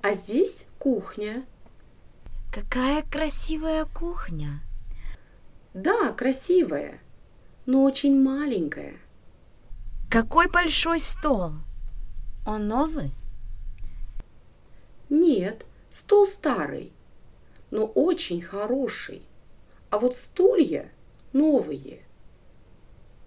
А здесь кухня. Какая красивая кухня. Да, красивая, но очень маленькая. Какой большой стол. Он новый? Нет, стол старый, но очень хороший. А вот стулья новые –